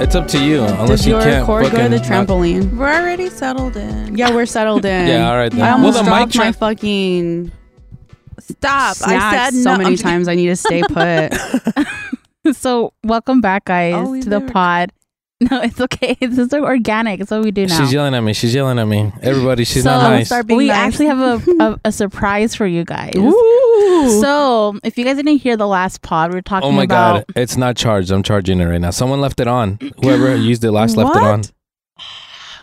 It's up to you. Uh, Unless Does you your can't cord go to fucking the knock- trampoline? We're already settled in. Yeah, we're settled in. Yeah, all right then. I Well, almost the mic dropped my check- fucking Stop. I snacks said so no. many I'm just- times. I need to stay put. so welcome back, guys, Oh, we to the never- pod. No, it's okay. This is organic. It's what we do now. She's yelling at me. She's yelling at me. Everybody, she's So- not nice. Start being we nice. actually have a, a, a surprise for you guys. Ooh. So, if you guys didn't hear the last pod, we are talking Oh my about god, it's not charged. I'm charging it right now. Someone left it on. Whoever used it last left it on.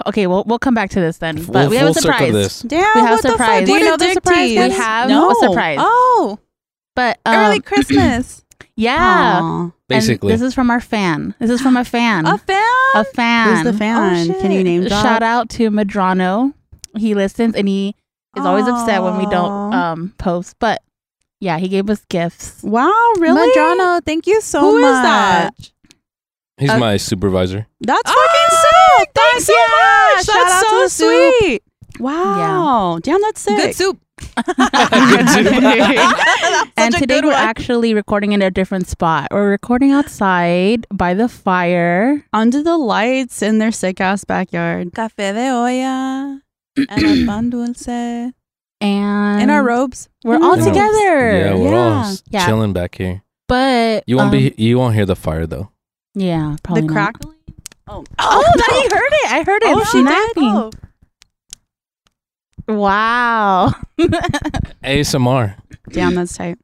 Okay, well, we'll come back to this then. But Full- we have a full circle surprise. this. Damn, We have what the surprise. fuck? Do you What know a the dick surprise? We tease. have no. a surprise. Oh, But um, early Christmas. yeah, Aw. And Basically, this is from our fan. This is from a fan. a fan. A fan. Who's the fan? shit. Can you name drop? Oh, Shout out to Madrano. He listens and he is always upset when we don't Aw. um post. But yeah, he gave us gifts. Wow, really? Madrano, thank you so Who is much. that? he's uh, my supervisor. That's Oh, fucking sick. Thanks so much. Shout Ah, That's out to so the soup. sweet. Wow. Damn, that's sick. Good soup. and Such a today good we're one. actually recording in a different spot. We're recording outside by the fire. Under the lights in their sick ass backyard. Café de olla and a pan dulce. And In our robes. we're all In our- together. yeah, we're all s- Yeah. chilling back here. But You won't um, be. You won't hear the fire though. Yeah, probably the not. crackling. Oh, Oh, that you heard it. I heard it. Oh, It's she did? snapping. Oh. Wow. ASMR. Damn, that's tight.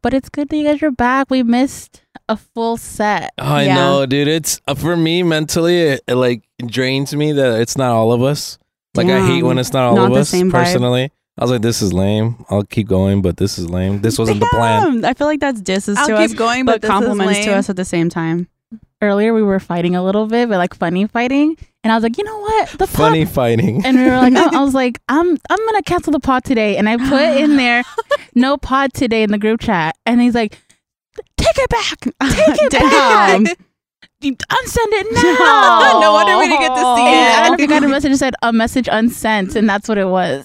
but it's good that you guys are back. We missed a full set. Oh, I Yeah. know, dude. It's uh, for me mentally. It, it, like drains me that it's not all of us. Like I hate Damn. when it's not all Not of the us. same vibe. Personally, I was like, this is lame. I'll keep going, but this is lame. This wasn't the plan. Damn, I feel like that's disses I'll to keep us, going, but but, compliments to us at the same time. Earlier we were fighting a little bit, but like funny fighting. And I was like, you know what? The pod Funny fighting. and we were like, "Oh," I, I was like, I'm I'm gonna cancel the pod today. And I put in there no pod today in the group chat. And he's like, Take it back. Take it Damn. back. You- Unsend it now. No wonder we didn't get to see And I it. don't know if you got a message that said a message unsent, and that's what it was.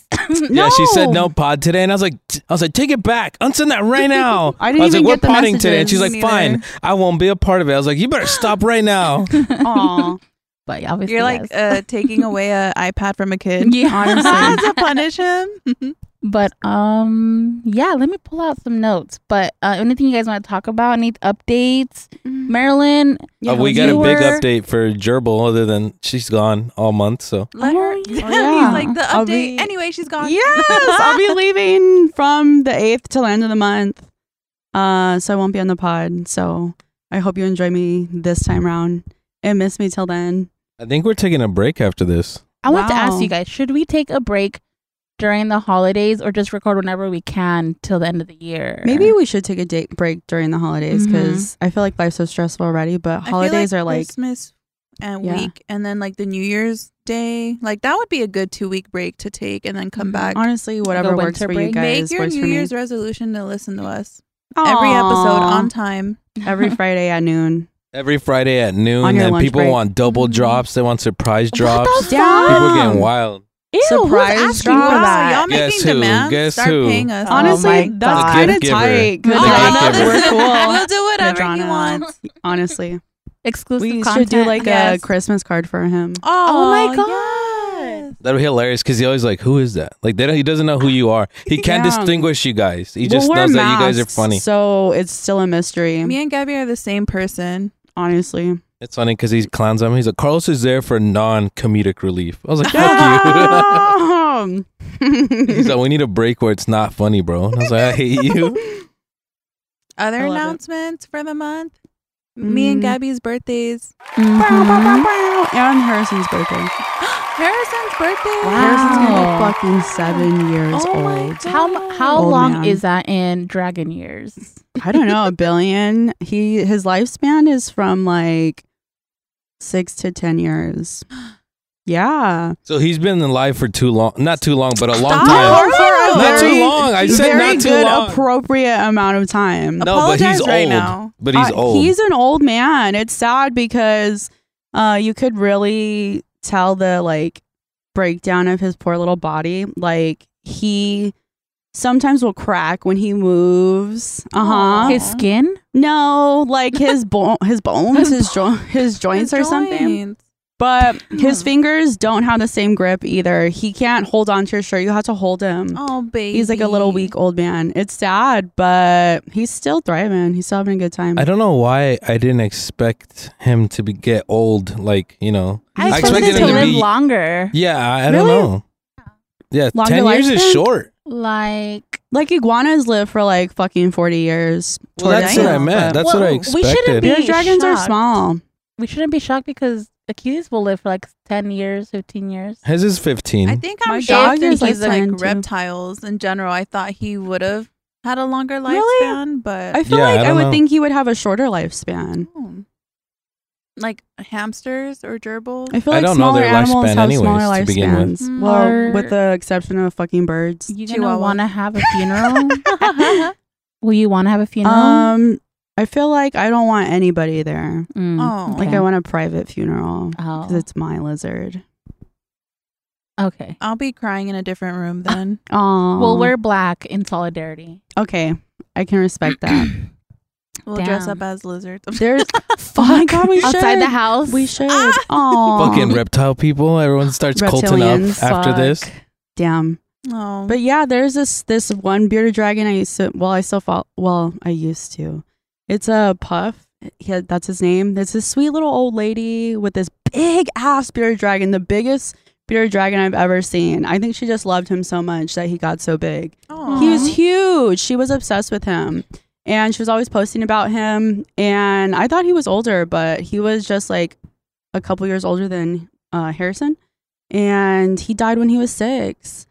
Yeah, she said no pod today, and I was like, t- I was like, take it back, unsend that right now. I didn't was even like, get the we're potting today, and messages. she's like, Me fine, neither. I won't be a part of it. I was like, you better stop right now. Aw. But yeah, obviously, You're like yes. uh, taking away a iPad from a kid. yeah. honestly. to punish him. Mm-hmm. But um, yeah. Let me pull out some notes. But uh, anything you guys want to talk about? Any updates? Marilyn, Yeah, Uh, we was got a you big were- update for Gerbil, other than she's gone all month. So Let Oh, her. yeah. He's like the I'll update. be- Anyway, she's gone. Yes, I'll be leaving from the 8th till end of the month. Uh, so I won't be on the pod. So I hope you enjoy me this time around and miss me till then. I think we're taking a break after this. I want to ask Wow. you guys: Should we take a break during the holidays, or just record whenever we can till the end of the year? Maybe we should take a date break during the holidays because I feel like life's so stressful already. But Mm-hmm. I feel like holidays are like, Christmas and Yeah. week, and then like the New Year's Day. Like that would be a good two week break to take, and then come Mhm. back. Mm-hmm. honestly, whatever works winter for you break. guys Make your works New for me. Year's resolution to listen to us every episode Aw. on time. every Friday at noon. Every Friday at noon, On your and lunch people break. want double drops. They want surprise drops. What the Damn. people are fuck? getting wild. Ew, Surprise who's asking drop. for wow, that? y'all Guess making who? demands. Guess Start who? paying us. Oh my Honestly, that's God. kind The of gift giver. tight. The Good Oh, gift luck. giver. We're we'll cool. do whatever you Madonna. want. Honestly, Exclusive we content. should do like Yes. a Christmas card for him. Oh my God. That'd be hilarious because he always like, who is that? Like they don't, he doesn't know who you are. He can't Yeah. distinguish you guys. He Well, just we're knows that you guys are masked, funny. So it's still a mystery, Me and Gabby are the same person. honestly. It's funny because he clowns on me. He's like, Carlos is there for non-comedic relief. I was like, fuck you. Damn. He's like, we need a break where it's not funny, bro. And I was like, I hate you. Other I love it. announcements for the month. Me and Mm. Gabby's birthdays. Mhm. and Harrison's birthday. Harrison's birthday. Wow. Harrison's gonna Wow. be fucking seven years Oh my old. God. How how Old long man. is that in dragon years? I don't know, a billion. He his lifespan is from like six to ten years. Yeah. So he's been alive for too long. Not too long, but a long Stop. time. Carlos! Not too long. I said very not too good, long. appropriate amount of time. No, but he's Apologize right old. now. But he's Uh, old. He's an old man. It's sad because uh, you could really tell the like breakdown of his poor little body. Like he sometimes will crack when he moves. Uh huh. Aw. His skin? No, like his bone, his bones, his jo- his joints or something. But his Hmm. fingers don't have the same grip either. He can't hold on to your shirt. You have to hold him. Oh, baby. He's like a little weak old man. It's sad, but he's still thriving. He's still having a good time. I don't know why I didn't expect him to be get old. Like you know, I I, expected expected him him to to live be- longer. yeah, I, I don't Really? know. Yeah, Longer ten years is lifespan? short. Like Like iguanas live for like fucking forty years. Well, that's what I Tortoise, meant. but- That's what I Well, we shouldn't expected. be- Bearded dragons are shocked. small. we shouldn't be shocked because Achilles will live for like ten years, fifteen years. His is fifteen. I think I'm My dog shocked that is, like, he's like 10 too. reptiles in general. I thought he would have had a longer lifespan, Really? but I feel Yeah, I like I, don't would know. think he would have a shorter lifespan. Hmm. like hamsters or gerbils. I feel I like don't know smaller their animals lifespan have smaller anyways, to begin with. lifespans. Mm, Well, or- with the exception of fucking birds. You Chihuahua. gonna want to have a funeral? will you want to have a funeral? Um, I feel like I don't want anybody there. Mm, oh, Like Okay. I want a private funeral because oh, it's my lizard. okay. I'll be crying in a different room then. Oh, Well, we're black in solidarity. okay. I can respect that. We'll dress Damn. up as lizards. There's oh my god, we outside should. the house. We should. Ah! Oh, Fucking reptile people. Everyone starts colting up Reptilians, after this. damn. Oh, But yeah, there's this this one bearded dragon I used to. Well, I still follow. Well, I used to. It's a puff. Yeah, that's his name. It's this sweet little old lady with this big ass bearded dragon, the biggest bearded dragon I've ever seen. I think she just loved him so much that he got so big. Aw. He was huge. She was obsessed with him. And she was always posting about him. And I thought he was older, but he was just like a couple years older than uh, Harrison. And he died when he was six.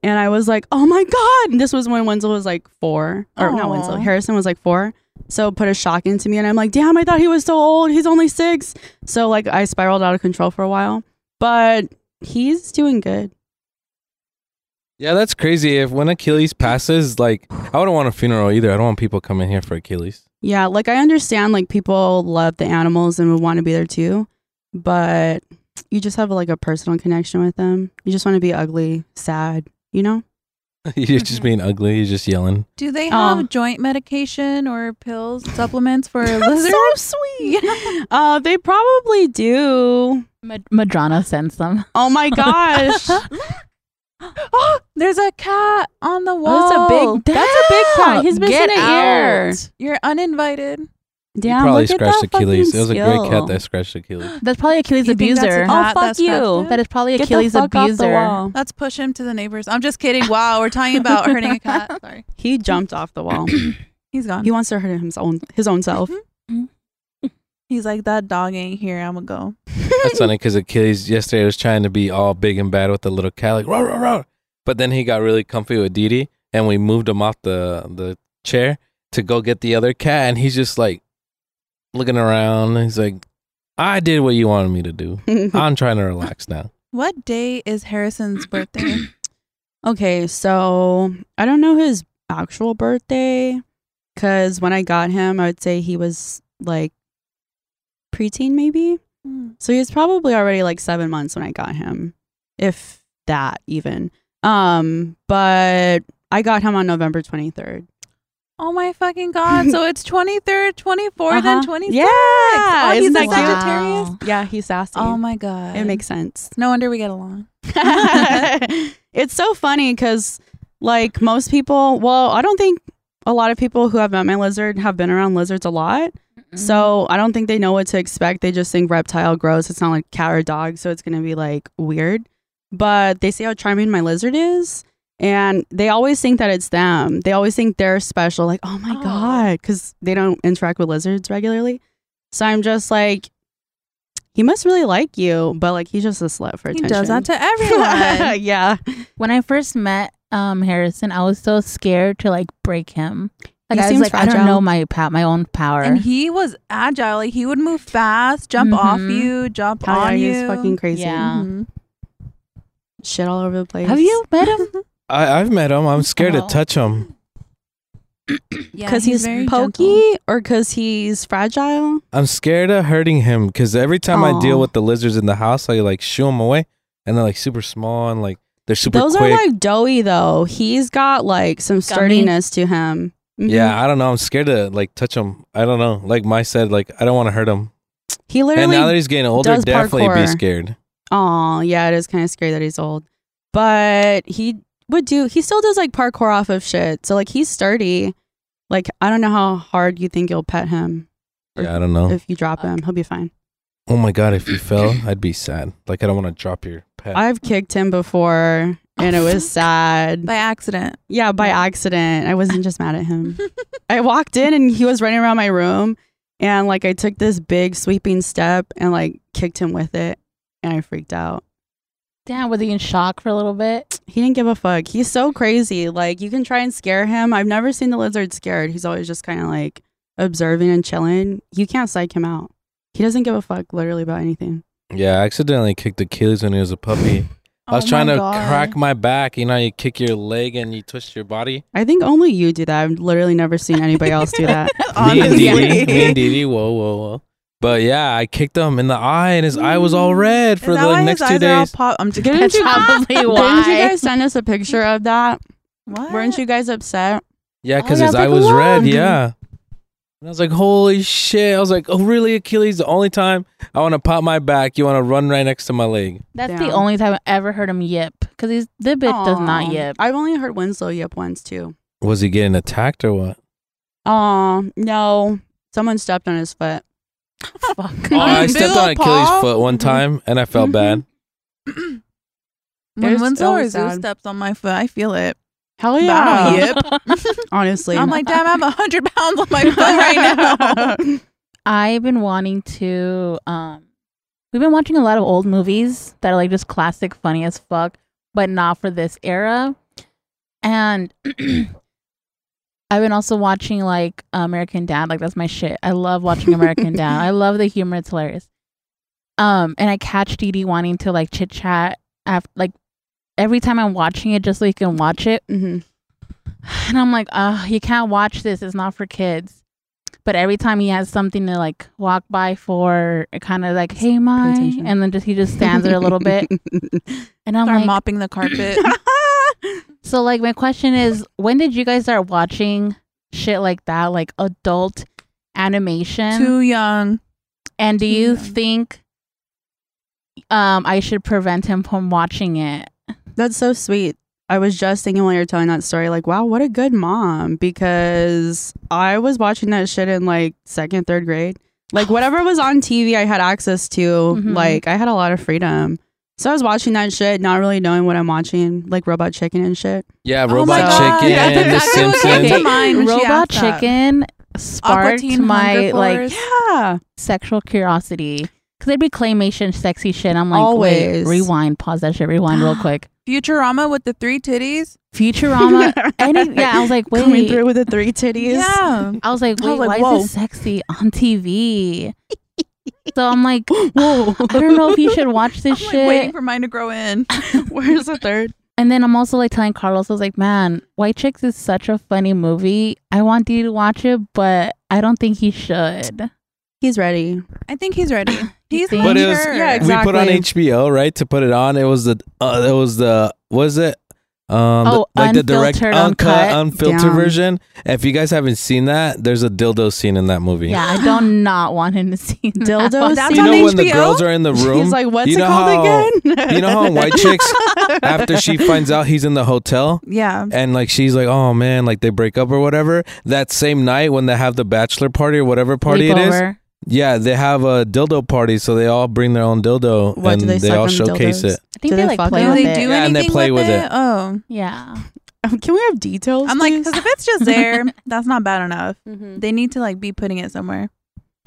And I was like, oh my God. And this was when Winslow was like four, or not Aw. Winslow, Harrison was like four. So it put a shock into me. And I'm like, damn, I thought he was so old. He's only six. So like I spiraled out of control for a while. But he's doing good. Yeah, that's crazy. If when Achilles passes, like I wouldn't want a funeral either. I don't want people coming here for Achilles. Yeah, like I understand like people love the animals and would want to be there too, but you just have like a personal connection with them. You just want to be ugly, sad, you know? you're just being ugly. You're just yelling. Do they Oh. have joint medication or pills, supplements for lizards? so sweet. Uh they probably do. Mad- Madrana sends them. Oh my gosh. That's oh, there's a cat on the wall. a big that's a big cat. He's missing Get an ear. out. You're uninvited. You Damn, probably look at scratched that Achilles. It fucking was a great cat skill. that scratched Achilles. That's probably Achilles' You think that's a abuser. cat? Oh fuck that's you. crafted? that is probably Get Achilles' the fuck off abuser. the wall. Let's push him to the neighbors. I'm just kidding. Wow, we're talking about hurting a cat. Sorry. He jumped off the wall. He's gone. he wants to hurt his own his own self. He's like, that dog ain't here. I'm going to go. That's funny because Achilles yesterday was trying to be all big and bad with the little cat, like rah rah rah. But then he got really comfy with Didi, and we moved him off the the chair to go get the other cat, and he's just like looking around. and He's like, "I did what you wanted me to do. I'm trying to relax now." What day is Harrison's birthday? Okay, so I don't know his actual birthday because when I got him, I would say he was like preteen, maybe. Hmm. So he was probably already like seven months when I got him, if that even. Um, but I got him on November 23rd. oh my fucking God. So it's 23rd, 24th, Uh-huh. and 26th. Yeah. Oh, he's Isn't a that cute? Sagittarius. Yeah, he's sassy. Oh my God. it makes sense. no wonder we get along. it's so funny because like most people well i don't think a lot of people who have met my lizard have been around lizards a lot Mm-hmm. so i don't think they know what to expect they just think reptile gross it's not like cat or dog so it's gonna be like weird but they see how charming my lizard is and they always think that it's them they always think they're special like oh my Oh. god because they don't interact with lizards regularly so i'm just like he must really like you but like he's just a slut for He attention does that to everyone. yeah. when I first met um Harrison, I was so scared to like break him. He Like I was seems like, I fragile. don't know my pa- my own power. And he was agile. Like he would move fast, jump Mm-hmm. off Mhm. you, jump Talia on you. is fucking crazy. Yeah. Mhm. Shit all over the place. Have you met him? I, I've met him. I'm scared Oh. to touch him. Yeah, Because he's, very pokey gentle. or because he's fragile? I'm scared of hurting him because every time I Aw. deal with the lizards in the house, I like shoo them away, and they're like super small and like They're super Those quick. are like doughy though. He's got like some sturdiness to him. Mhm. yeah, I don't know. I'm scared to like touch him. I don't know. Like Mai said, like I don't want to hurt him. He and now that literally. he's getting older, does definitely be parkour. scared. Oh, yeah, it is kind of scary that he's old. But he would do. He still does like parkour off of shit. So like he's sturdy. Like I don't know how hard you think you'll pet him Or Yeah, I don't know. if you drop him. He'll be fine. oh my god, if you fell, I'd be sad. Like I don't want to drop your pet. I've kicked him before, and it was sad. by accident. Yeah, by accident. I wasn't just mad at him. I walked in and he was running around my room and like I took this big sweeping step and like kicked him with it and I freaked out. Damn, was he in shock for a little bit? He didn't give a fuck. He's so crazy. Like you can try and scare him. I've never seen the lizard scared. He's always just kind of like observing and chilling. You can't psych him out. He doesn't give a fuck literally about anything. yeah, I accidentally kicked Achilles when he was a puppy. I was Oh trying my to God. crack my back. You know, you kick your leg and you twist your body. I think only you do that. I've literally never seen anybody else do that. Me and Honestly. Didi, me and Didi, whoa, whoa, whoa. But yeah, I kicked him in the eye, and his eye was all red for Is the that why like, his next eyes two are all days. pop- I'm just Didn't That's you- probably Didn't you why. guys send us a picture of that? What? Weren't you guys upset? Yeah, Oh, because yeah, his it's eye like, was red. "Look." Yeah. And I was like, holy shit. I was like, oh, really, Achilles? The only time I want to pop my back, you want to run right next to my leg. That's Damn. the only time I ever heard him yip. Because he's the bitch does Aw. not yip. I've only heard Winslow yip once too. Was he getting attacked or what? Oh no, someone stepped on his foot. Fuck. Oh, I Big stepped ol' on Achilles' paw? foot one Mhm. time and I felt Mhm. bad. When There's- Winslow oh, or Zeus sad. steps on my foot, I feel it. Hell But I don't yeah! yip. Honestly, I'm like, damn, I'm 100 pounds on my foot right now. I've been wanting to. Um, we've been watching a lot of old movies that are like just classic, funny as fuck, but not for this era. And I've been also watching like American Dad. Like that's my shit. I love watching American Dad. I love the humor. It's hilarious. Um, and I catch Dee Dee wanting to like chit chat after like every time I'm watching it, just so you can watch it. Mhm. And I'm like, oh, you can't watch this. It's not for kids. But every time he has something to like walk by for, kind of like, hey, my, attention. and then just he just stands there a little bit. And I'm Start like, mopping the carpet. so like my question is, when did you guys start watching shit like that, like adult animation? Too young. and do too you young. think um I should prevent him from watching it? That's so sweet. I was just thinking while you were telling that story, like, wow, what a good mom. Because I was watching that shit in like second, third grade. Oh, Like, whatever was on TV, I had access to. Mhm. Like, I had a lot of freedom. So I was watching that shit, not really knowing what I'm watching, like Robot Chicken and shit. Yeah, my Robot God, Chicken, that's The exactly what came to Simpsons. Okay. mine when she Robot asked that. Chicken Aqua sparked Teen my Hunger like Force. Yeah. sexual curiosity. Cause they'd be claymation, sexy shit. I'm like, Always. Wait, rewind, pause that shit, rewind real quick. Futurama with the three titties. Futurama, any, yeah. I was like, Coming wait. through with the three titties. Yeah. I was like, I wait, was like, why is whoa. this sexy on TV? so I'm like, Whoa. I don't know if you should watch I'm this like shit. waiting for mine to grow in. Where's the third? and then I'm also like telling Carlos, I was like, man, White Chicks is such a funny movie. I want D to watch it, but I don't think he should. He's ready. I think he's ready. He's think? But it mature. was- Yeah, we put on Exactly. HBO, right? To put it on, it was the uh, it was the was it um the- Oh, like the direct unfiltered, uncut uncut. unfiltered Damn. version. If you guys haven't seen that, there's a dildo scene in that movie. Yeah, I don't not want him to see that. Dildo That's You on know scene? when the HBO? girls are in the room. He's like, what's you it know called how- again? you know how in White Chicks after she finds out he's in the hotel Yeah. and like she's like, oh man, like they break up or whatever. That same night when they have the bachelor party or whatever party it is, Sleepover. yeah, they have a dildo party, so they all bring their own dildo What, and do they they suck all on showcase dildos? it. I think Do they, they like fuck play with Do with they it. do anything Yeah, and they play with it. Oh. Yeah. Um, Can we have details? I'm like, please? because if it's just there, that's not bad enough. Mm-hmm. Mhm. They need to like be putting it somewhere.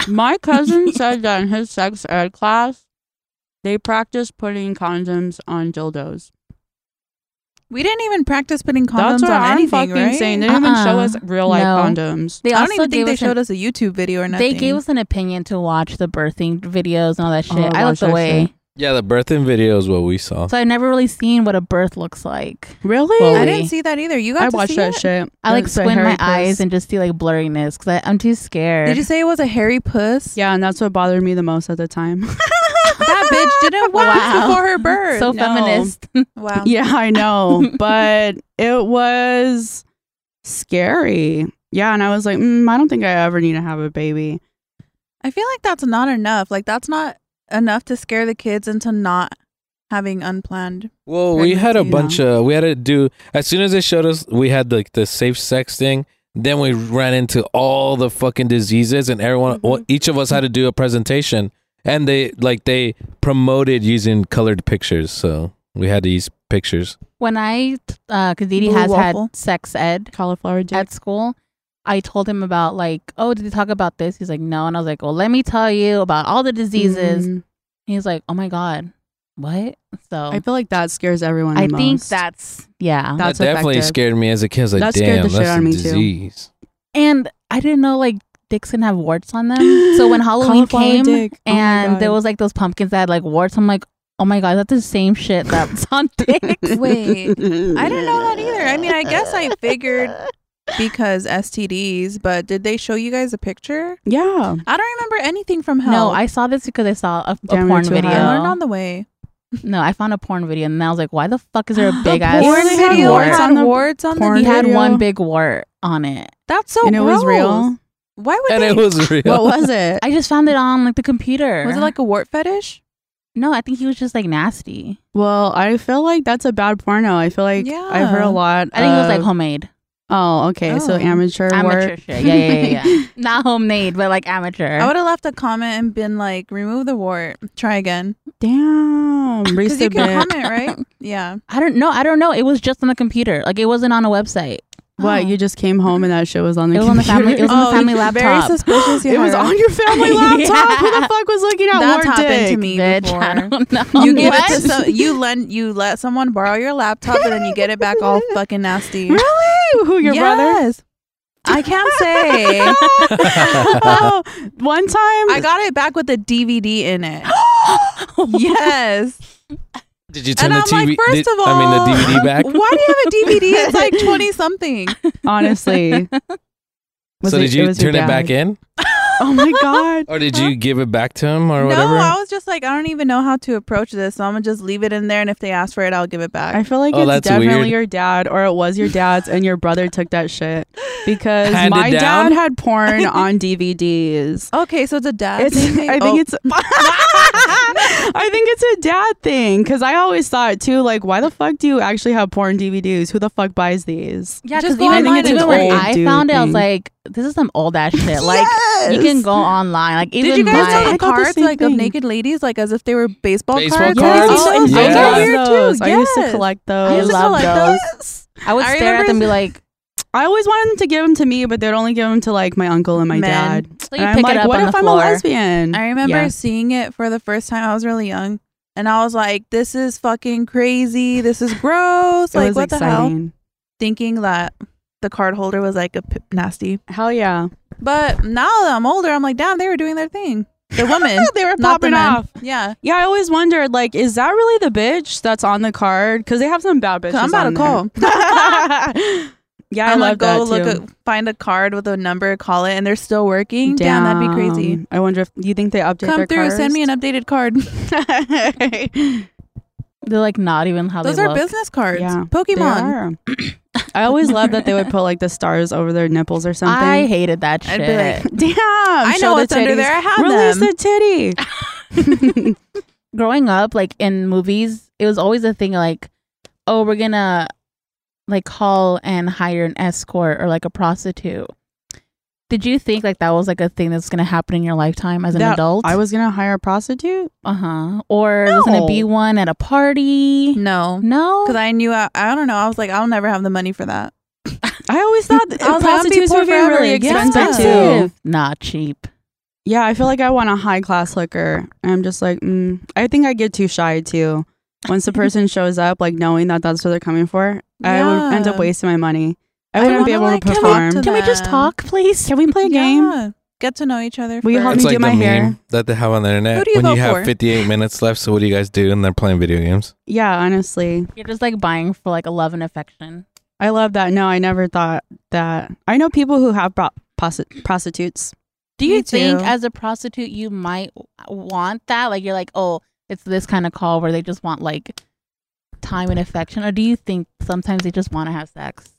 My cousin said that in his sex ed class, they practice putting condoms on dildos. We didn't even practice putting condoms That's what on I'm anything, fucking right? saying. They didn't even show Uh-uh. us real life No. condoms. They I also don't even gave think they us an- showed us a YouTube video or nothing. They gave us an opinion to watch the birthing videos and all that shit. Oh, watch I looked that away. Yeah, the birthing video is what we saw. So I've never really seen what a birth looks like. Really? Well, I we- didn't see that either. You got I to watched see that it? shit. I like It's a squint hairy my eyes puss. and just see like blurriness because I'm too scared. Did you say it was a hairy puss? yeah, and that's what bothered me the most at the time. that bitch didn't watch Wow. before her birth. so No. feminist. Um, wow. Yeah, I know, but it was scary. Yeah, and I was like, mm, I don't think I ever need to have a baby. I feel like that's not enough. Like that's not enough to scare the kids into not having unplanned. Well, we had a Pregnancy, bunch of we had to do as soon as they showed us we had like the safe sex thing. Then we ran into all the fucking diseases, and everyone, Mm-hmm. Mhm. well, each of us had to do a presentation, and they like they promoted using colored pictures, so we had to use pictures. When I, because Didi Blue has waffle. had sex ed Cauliflower dick. at school, I told him about like, oh, did you talk about this? He's like, no, and I was like, well, let me tell you about all the diseases. Mm, He's like, oh my god, what? So I feel like that scares everyone. I the think most. that's yeah. That's that definitely effective. scared me as a kid. I was like, That scared damn, the shit that's out a of me, too. disease. And I didn't know like dicks can have warts on them. So when Halloween Cauliflower came dick. Oh my and God. there was like those pumpkins that had like warts, I'm like, oh my god, that's the same shit that's on dicks. Wait, I didn't know that either. I mean, I guess I figured because STDs, but did they show you guys a picture? Yeah. I don't remember anything from hell. No, I saw this because I saw a, a Damn, you're porn too video. high. I learned on the way. no, I found a porn video and I was like, why the fuck is there a A big ass porn wart? video had Warts on the- warts on porn the He had video? one big wart on it. That's so and it was gross. real. Why would And they? it was real. What was it? I just found it on like the computer. was it like a wart fetish? no? I think he was just like nasty. Well, I feel like that's a bad porno. I feel like Yeah. I've heard a lot. I think it was like of- homemade, Oh, okay. So Oh. amateur, amateur work. shit. Yeah, yeah, yeah, yeah. Not homemade, but like amateur. I would have left a comment and been like, "Remove the wart. Try again." Damn. Because you Resubmit. can comment, right? Yeah. I don't know. I don't know. It was just on the computer. Like it wasn't on a website. What? You just came home and that shit was on the It was on the computer. family. It was on Oh, the family Very laptop. suspicious. It was Yahaira. on your family laptop. Who Yeah. the fuck was looking at That's War happened Dick? to me Bitch, before. I don't know. You give it What? to some, you lend you let someone borrow your laptop and then you get it back all fucking nasty. Really? Who your brother? Yes. I can't say. oh, one time I got it back with a DVD in it. yes. Did you turn and the I'm TV? like, first did- of all, I mean the DVD back. Why do you have a DVD? It's like twenty something. honestly. was so it- did you was your turn it back dad. in, Oh my god. or did you give it back to him, or No, whatever? I was just like, I don't even know how to approach this, so I'm gonna just leave it in there, and if they ask for it, I'll give it back. I feel like Oh, it's that's definitely weird. your dad, or it was your dad's, and your brother took that shit because Handed my down? dad had porn on DVDs. okay, so it's a dad. It's, thing? I think Oh. it's. I think it's a dad thing because I always thought too, like, why the fuck do you actually have porn DVDs? Who the fuck buys these? Yeah, Just because go even, online and even it's when old I dude found it, I was thing. like, this is some old ass shit. Like you Yes. can go online. Like even Did you guys know my, I the got the cards same like of thing. naked ladies, like as if they were baseball, Baseball cards? cards? Yes. Oh, Those yeah. are I weird love too. those. I used to Yes. collect I I those. used to love collect those. those. I would I stare at remember- them and be like, I always wanted to give them to me, but they'd only give them to like my uncle and my Men. dad. so And you I'm pick like, it up what on if the I'm floor. a lesbian? I remember Yeah. seeing it for the first time. I was really young, and I was like, "This is fucking crazy. This is gross. It like, was what the hell?" exciting. Thinking that the card holder was like a p- nasty. Hell yeah! But now that I'm older, I'm like, "Damn, they were doing their thing. The woman, They were not the popping men. off. Yeah, Yeah, I always wondered, like, is that really the bitch that's on the card? Because they have some bad bitches. I'm about on to call. there. yeah, I I'm love gonna go that look too. at, find a card with a number, call it, and they're still working. Damn, that'd be crazy. Damn. I wonder if you think they update Come their through, send me an updated card. an. They're like not even how Those they are look. business cards. Yeah, They Pokemon. are. I always loved that they would put like the stars over their nipples or something. I hated that I'd shit. be Damn, like, I show know the what's under titties. there. I have Release them. the titty. Growing up, like in movies, it was always a thing like, oh, we're gonna like call and hire an escort or like a prostitute. Did you think like that was like a thing that's gonna happen in your lifetime as an That- adult? I was gonna hire a prostitute. uh huh. Or there's gonna be No. one at a party. No, No, because I knew I, I don't know. I was like, I'll never have the money for that. I always thought that I was like, I'm prostitutes poor were being forever. really Yeah. expensive Expensive. too. not cheap. Yeah, I feel like I want a high class hooker. I'm just like, mm. I think I get too shy too. Once the person shows up, like knowing that that's what they're coming for, I would end up Yeah. wasting my money. I I wouldn't be able wanna, to like, have perform. to- Can we just them. talk, please? Can we play a game? Yeah. Get to know each other. Will you help first. me It's do like my the hair. meme that they have on the internet do you when you vote have for? 58 minutes left. So what do you guys do? And they're playing video games. Yeah, honestly, You're just like buying for like a love and affection. I love that. No, I never thought that. I know people who have brought prosti- prostitutes. Do you Me think too. as a prostitute you might w- want that? Like you're like, oh, it's this kind of call where they just want like time and affection, or do you think sometimes they just want to have sex?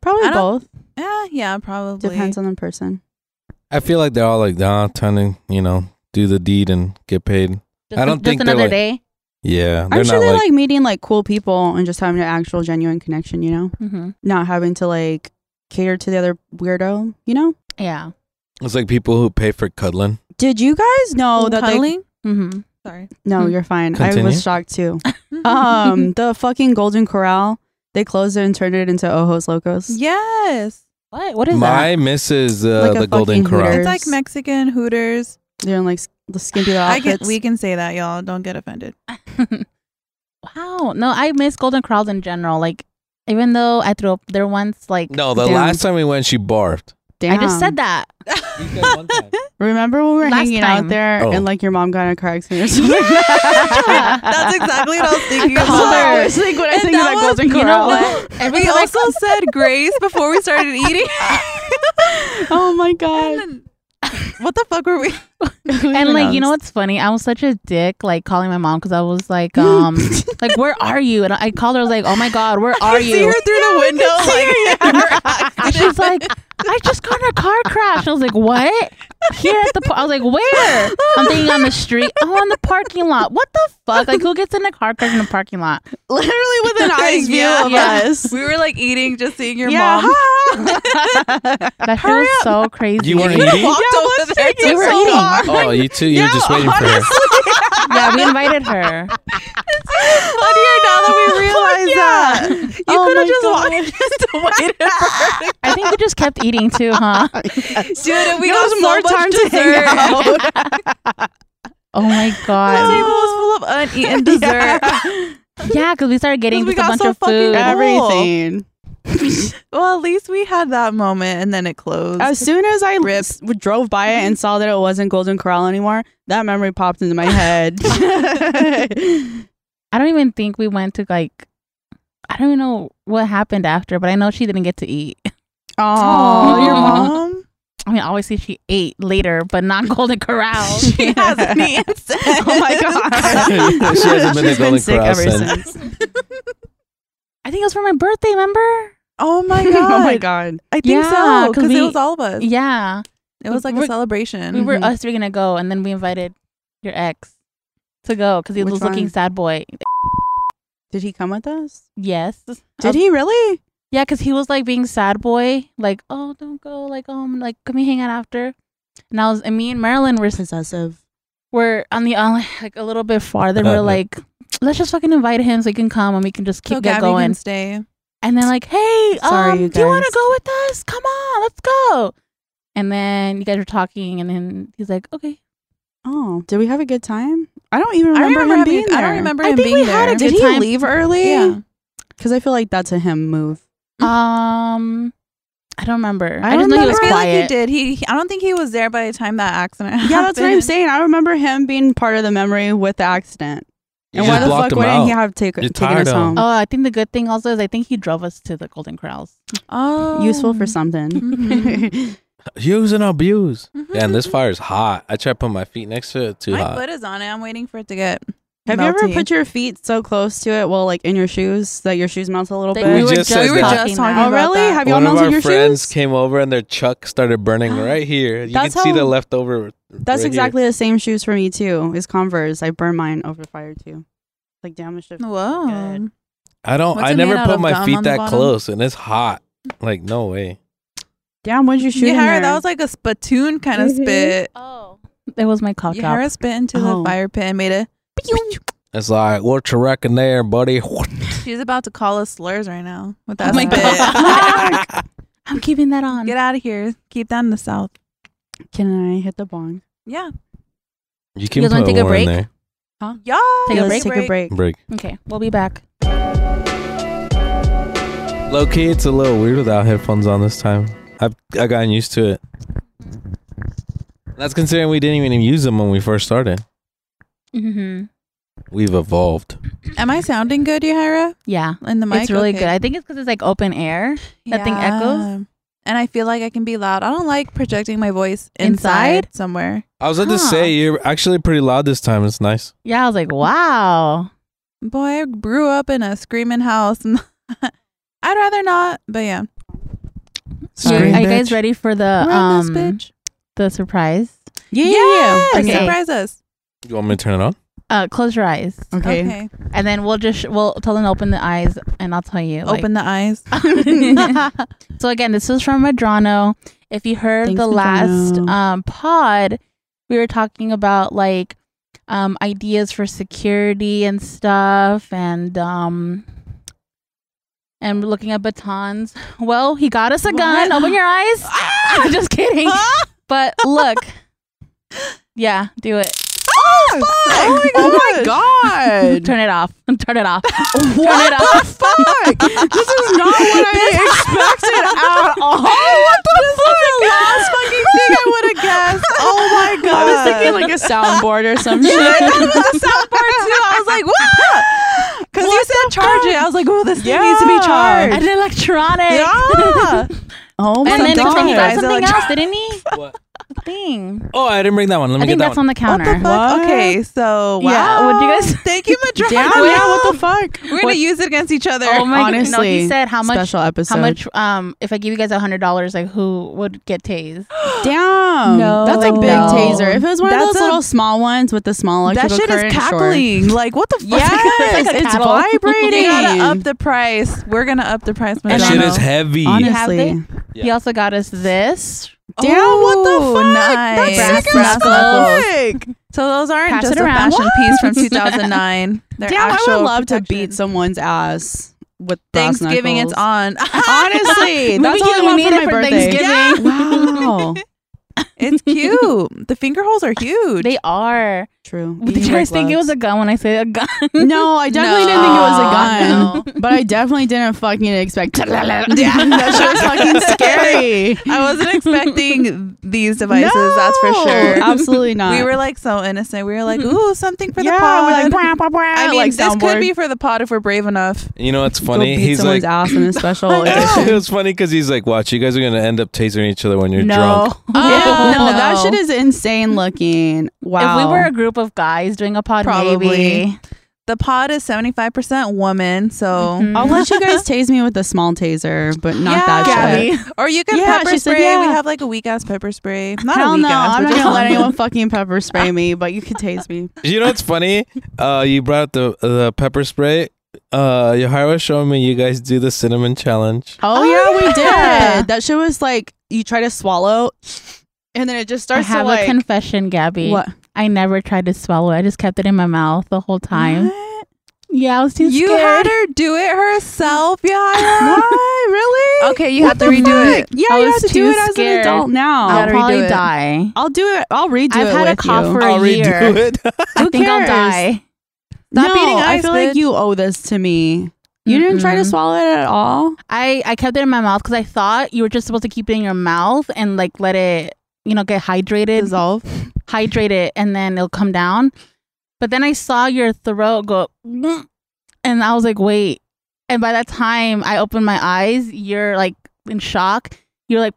Probably I don't- both. Yeah, yeah, probably. Depends on the person. I feel like they're all like, nah, trying to, you know, do the deed and get paid. Just, I don't just think they're, another like- day. Yeah, they're I'm sure not they like, like, meeting like cool people and just having an actual genuine connection, you know? Mm-hmm. Not having to like cater to the other weirdo, you know? Yeah. it's like people who pay for cuddling. Did you guys know that cuddling. Mm-hmm. Oh, Sorry. they No, Hmm. you're fine. I Continue. was shocked too. Um the fucking Golden Corral, they closed it and turned it into Ojos Locos. yes, What? What is that? My missus, uh, Like a the Golden fucking Corral. Hooters. it's like Mexican Hooters. They're in like s- the skimpy little I outfits. can, we can say that, y'all. Don't get offended. wow. No, I miss Golden Corrals in general. Like, even though I threw up there once, like, No, the Damn. last time we went, she barfed. I Damn. just said that. Remember when we were Last hanging time. out there Oh. and like your mom got in a car accident or something? That's exactly what I was thinking That's what I about. always think when I And think that about was- Golden You know Corral. what? Every we time I also said grace before we started eating. oh my god. And- what the fuck were we? and like you know what's funny i was such a dick like calling my mom because i was like um like where are you and i called her I was like oh my god where I are could you See her through the window. Like, And she's like i just got in a car crash i was like what here at the par-" i was like where i'm thinking on the street oh on the parking lot what the fuck like who gets in a car crash in a parking lot literally with an eyes view Yeah. of Yeah. us. we were like eating, just seeing your Yeah. mom. that feels so crazy You weren't eating? Walked over there. We were eating. Oh, you two, you were just waiting for her. yeah we invited her Funnier now that we realize that. You Oh could my have just God. walked just waited for her. i think we just kept eating too huh Dude, we There got was so more much time to dessert. hang out. oh my The god table was full of uneaten dessert. yeah because we started getting 'Cause we just a got bunch so of fucking food bad. Everything. Well, at least we had that moment, and then it closed. As soon as I Rip. s- w- drove by it and saw that it wasn't Golden Corral anymore, that memory popped into my head. I don't even think we went to like I don't even know what happened after, but I know she didn't get to eat. Aw. your Aw. mom. I mean, obviously she ate later, but not Golden Corral. She has an answer. Oh my god. She hasn't been to She's Golden sick Corral ever since. since. I think it was for my birthday, remember? Oh my god. oh my god. I think Yeah, so 'cause because we- it was all of us. Yeah, It was like a We're- celebration. we were Mhm. us three gonna go, and then we invited your ex to go because he Which was looking one? sad boy. Did he come with us? Yes, Did he really? yeah, because he was like being sad boy, like oh don't go, like um like can we hang out after? And I was and me and Marilyn were Possessive. we're on the island like a little bit farther. We're like, let's just fucking invite him so he can come and we can just keep so get Gabby going. Oh, can stay. and they're like, "Hey, Sorry, um, you do you want to guys. go with us? Come on, let's go." And then you guys are talking, and then he's like, "Okay." Oh, did we have a good time? I don't even I remember, remember him having- being there. I don't remember I him think being we there. had a Did good he time. leave early? Yeah. Because I feel like that's a him move. Um, I don't remember. I I, just know he remember was I feel like he quiet. did. He, he- I don't think he was there by the time that accident. Yeah, that's what I'm happened. saying. I remember him being part of the memory with the accident. You and why just the blocked fuck him wouldn't out. he have take, You're taken tired us of him. home? Oh, I think the good thing also is I think he drove us to the Golden Corrals. Oh, Useful for something. Mhm. Use and abuse. Mhm. Yeah, and this fire is hot. I try to put my feet next to it. Too My hot. foot is on it. I'm waiting for it to get. have you ever melty. put your feet so close to it, well, like in your shoes, that your shoes melt a little That bit? We just said that. just talking oh, about really? that. Have y'all One of melted our your friends shoes? came over and their chuck started burning right here. You That's can see the how- leftover. that's right exactly the same shoes for me, too, is Converse. I burn mine over fire, too. Like, damn, it should. Whoa. Good. Here. I don't. What's I it never made out put of, my gum feet on the that bottom? close, and it's hot. Like no way. Damn, what'd you shoot? in Yahara, there? that was like a spittoon kind of Mhm. spit. Oh, it was my cock Yahara drop. spit into Oh. the fire pit and made a. It's like what you reckon there, buddy? She's about to call us slurs right now with that Oh my spit. god! I'm keeping that on. Get out of here. Keep that in the south. Can I hit the bong? Yeah. You can guys wanna put take a one break? in there. Yeah. Take a let's break? take a break. Break. Okay, we'll be back. Low key, it's a little weird without headphones on this time. I've I gotten used to it. That's considering we didn't even use them when we first started. Mm-hmm. We've evolved. Am I sounding good, Yahara? Yeah, In the mic? it's really Okay. good. I think it's because it's like open air. That thing echoes? and I feel like I can be loud. I don't like projecting my voice Inside? inside, somewhere, I was about to Huh. say you're actually pretty loud this time. It's nice. Yeah, I was like, wow. boy. I grew up in a screaming house, and I'd rather not. But yeah, Are, Scream, are you guys bitch. ready for the Run this um bitch. the surprise? Yeah, Yes! Okay. surprise us. You want me to turn it on? Uh, close your eyes, Okay. Okay, and then we'll just we'll tell them to open the eyes, and I'll tell you. like- open the eyes. so again, this was from Madrano. If you heard Thanks, the last Madrano. um, pod, we were talking about like um, ideas for security and stuff, and um, and looking at batons. Well, he got us a gun. What? Open your eyes. I'm just kidding. Oh, but look, yeah, do it. Oh, fuck! Oh my god! Turn it off. Turn it off. Turn it off. fuck! this is not what I expected at all. What the this fuck? Is the last fucking thing I would have guessed. Oh my god! I was thinking like a soundboard or some shit. Yeah, that was the sound part too. I was like, what? Because you said charge it. I was like, oh, this thing needs to be Yeah. charged. An electronic. Yeah. Oh my And then god! he got Guys, something electro- else, didn't he? What? Thing. Oh, I didn't bring that one. Let me I get think that that's one. on the What the counter. fuck? Okay, so wow. Yeah, what'd you guys- Thank you, Madrona. Damn, yeah, what the fuck? We're gonna use it against each other. Oh my Honestly, god! No, he said how much? special episode? How much? Um, if I give you guys a hundred dollars, like who would get tased? Damn, No, that's a big no. taser. If it was one That's of those a- little small ones with the small that electrical shit is current, sure. cackling. Like what the fuck? Yes, like a it's cattle. vibrating. You We gotta gotta up up the price. We're gonna up the price, That And shit then- is heavy. You have Honestly, it? He also got us this. Damn, what the Ooh, fuck? Nice. That's sick as fuck. So those aren't Pass just it a around. fashion What? piece from 2009. They're Damn, I would actual love to protection. beat someone's ass with brass Thanksgiving, it's knuckles. on. Honestly, Maybe that's all you I want need for it my for birthday. Thanksgiving. Wow, it's cute. The finger holes are huge. They are. true. Did you guys think it was a gun when I said a gun? No, I definitely didn't think it was a gun. No. But I definitely didn't fucking expect. yeah, that shit was fucking scary. I wasn't expecting these devices. That's for sure. Absolutely not. We were like so innocent. We were like, ooh, something for the Mm-hmm. yeah, pod. we're like, brah, brah, brah, I mean, like this soundboard. could be for the pod if we're brave enough. You know, it's Go funny. beat He's someone's like, ass in a special edition. it was funny because he's like, watch, you guys are gonna end up tasering each other when you're no. drunk. Yeah, Oh, no, no. that shit is insane looking. Wow. If we were a group of guys doing a pod, Probably. maybe. The pod is 75% woman, so. Mhm. I'll let you guys tase me with a small taser, but not Yeah, that Gabby. shit. Or you can Yeah, she pepper said, spray. We yeah. have like a weak ass pepper spray. Not a Hell weak no, ass. I'm but not just- gonna let anyone fucking pepper spray me, but you could tase me. You know, it's funny. Uh, you brought up the the pepper spray. Uh, Yohira was showing me you guys do the cinnamon challenge. Oh, Oh, yeah, we yeah. did. That shit was like you try to swallow, and then it just I starts have to like a confession, Gabby. what? I never tried to swallow. it. I just kept it in my mouth the whole time. What? Yeah, I was too You had scared. her do it herself, yeah. Why? Really? okay, you What have to the redo fuck? it. Yeah, I you was have to too do it as an scared. adult now. I'll Gotta redo probably it. die. I'll do it. I'll redo I've it had a with cough you. for I'll a year. redo it. I Who think I'll cares? die. no, Stop eating I ice, feel like bitch. you owe this to me. You didn't try to Mm-mm. swallow it at all. I I kept it in my mouth because I thought you were just supposed to keep it in your mouth and like let it you know get hydrated, Dissolve. hydrate it, and then it'll come down. But then I saw your throat go, "Mm," and I was like, wait. And by that time I opened my eyes, you're like in shock. You're like,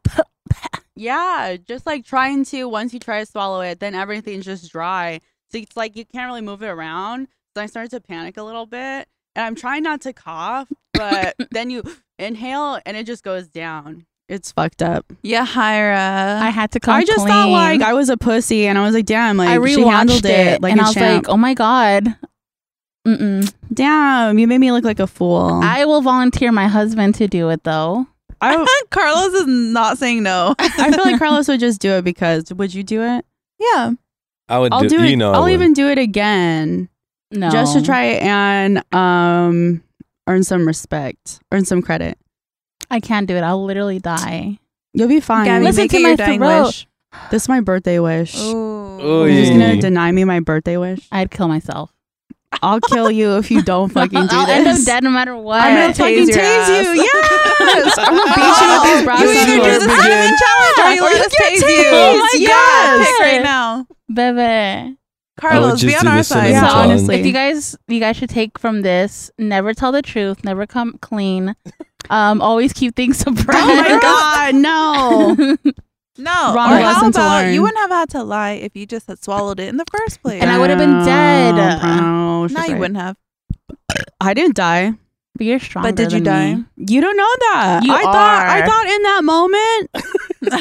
Yeah, just like trying to once you try to swallow it, then everything's just dry. So it's like you can't really move it around. So I started to panic a little bit, and I'm trying not to cough, but then you inhale and it just goes down. It's fucked up. Yeah, Hira. I had to come. Uh, I just clean. thought like I was a pussy, and I was like, damn, like I she rewatched handled it, it, like and a I was champ. like, oh my god. Mm-mm. damn, you made me look like a fool. I, I will volunteer my husband to do it though. I, Carlos is not saying no. I feel like Carlos would just do it because would you do it? yeah. I would I'll Uh, do, do, it. You know, I I'll would. even do it again. No, just to try and um earn some respect, earn some credit. I can't do it. I'll literally die. You'll be fine. Gabby, Oh. Listen make to it my your dying throat. wish. this is my birthday wish. Ooh, Ooh. You're just gonna Ooh. deny me my birthday wish. I'd kill myself. I'll kill you if you don't fucking do I'll this. end up dead no matter what. I'm gonna Tase fucking your tase ass. you. Yes, I'm gonna beat you with Oh, these brass you either knuckles. do the cinnamon challenge or you Or let you us get tase you. tased. Oh my yeah, God. pick right now. Bebe. Carlos, just be on do our this in side. the Yeah, challenge. honestly. If you guys, you guys should take from this: never tell the truth, never come clean, Um, always keep things suppressed. Oh my god, no. No. Wrong or lesson how to about learn. you wouldn't have had to lie if you just had swallowed it in the first place? And I would've been dead. No, now you wouldn't have. I didn't die. But you're stronger. But did you than die? me. You don't know that. You I thought I are. thought in that moment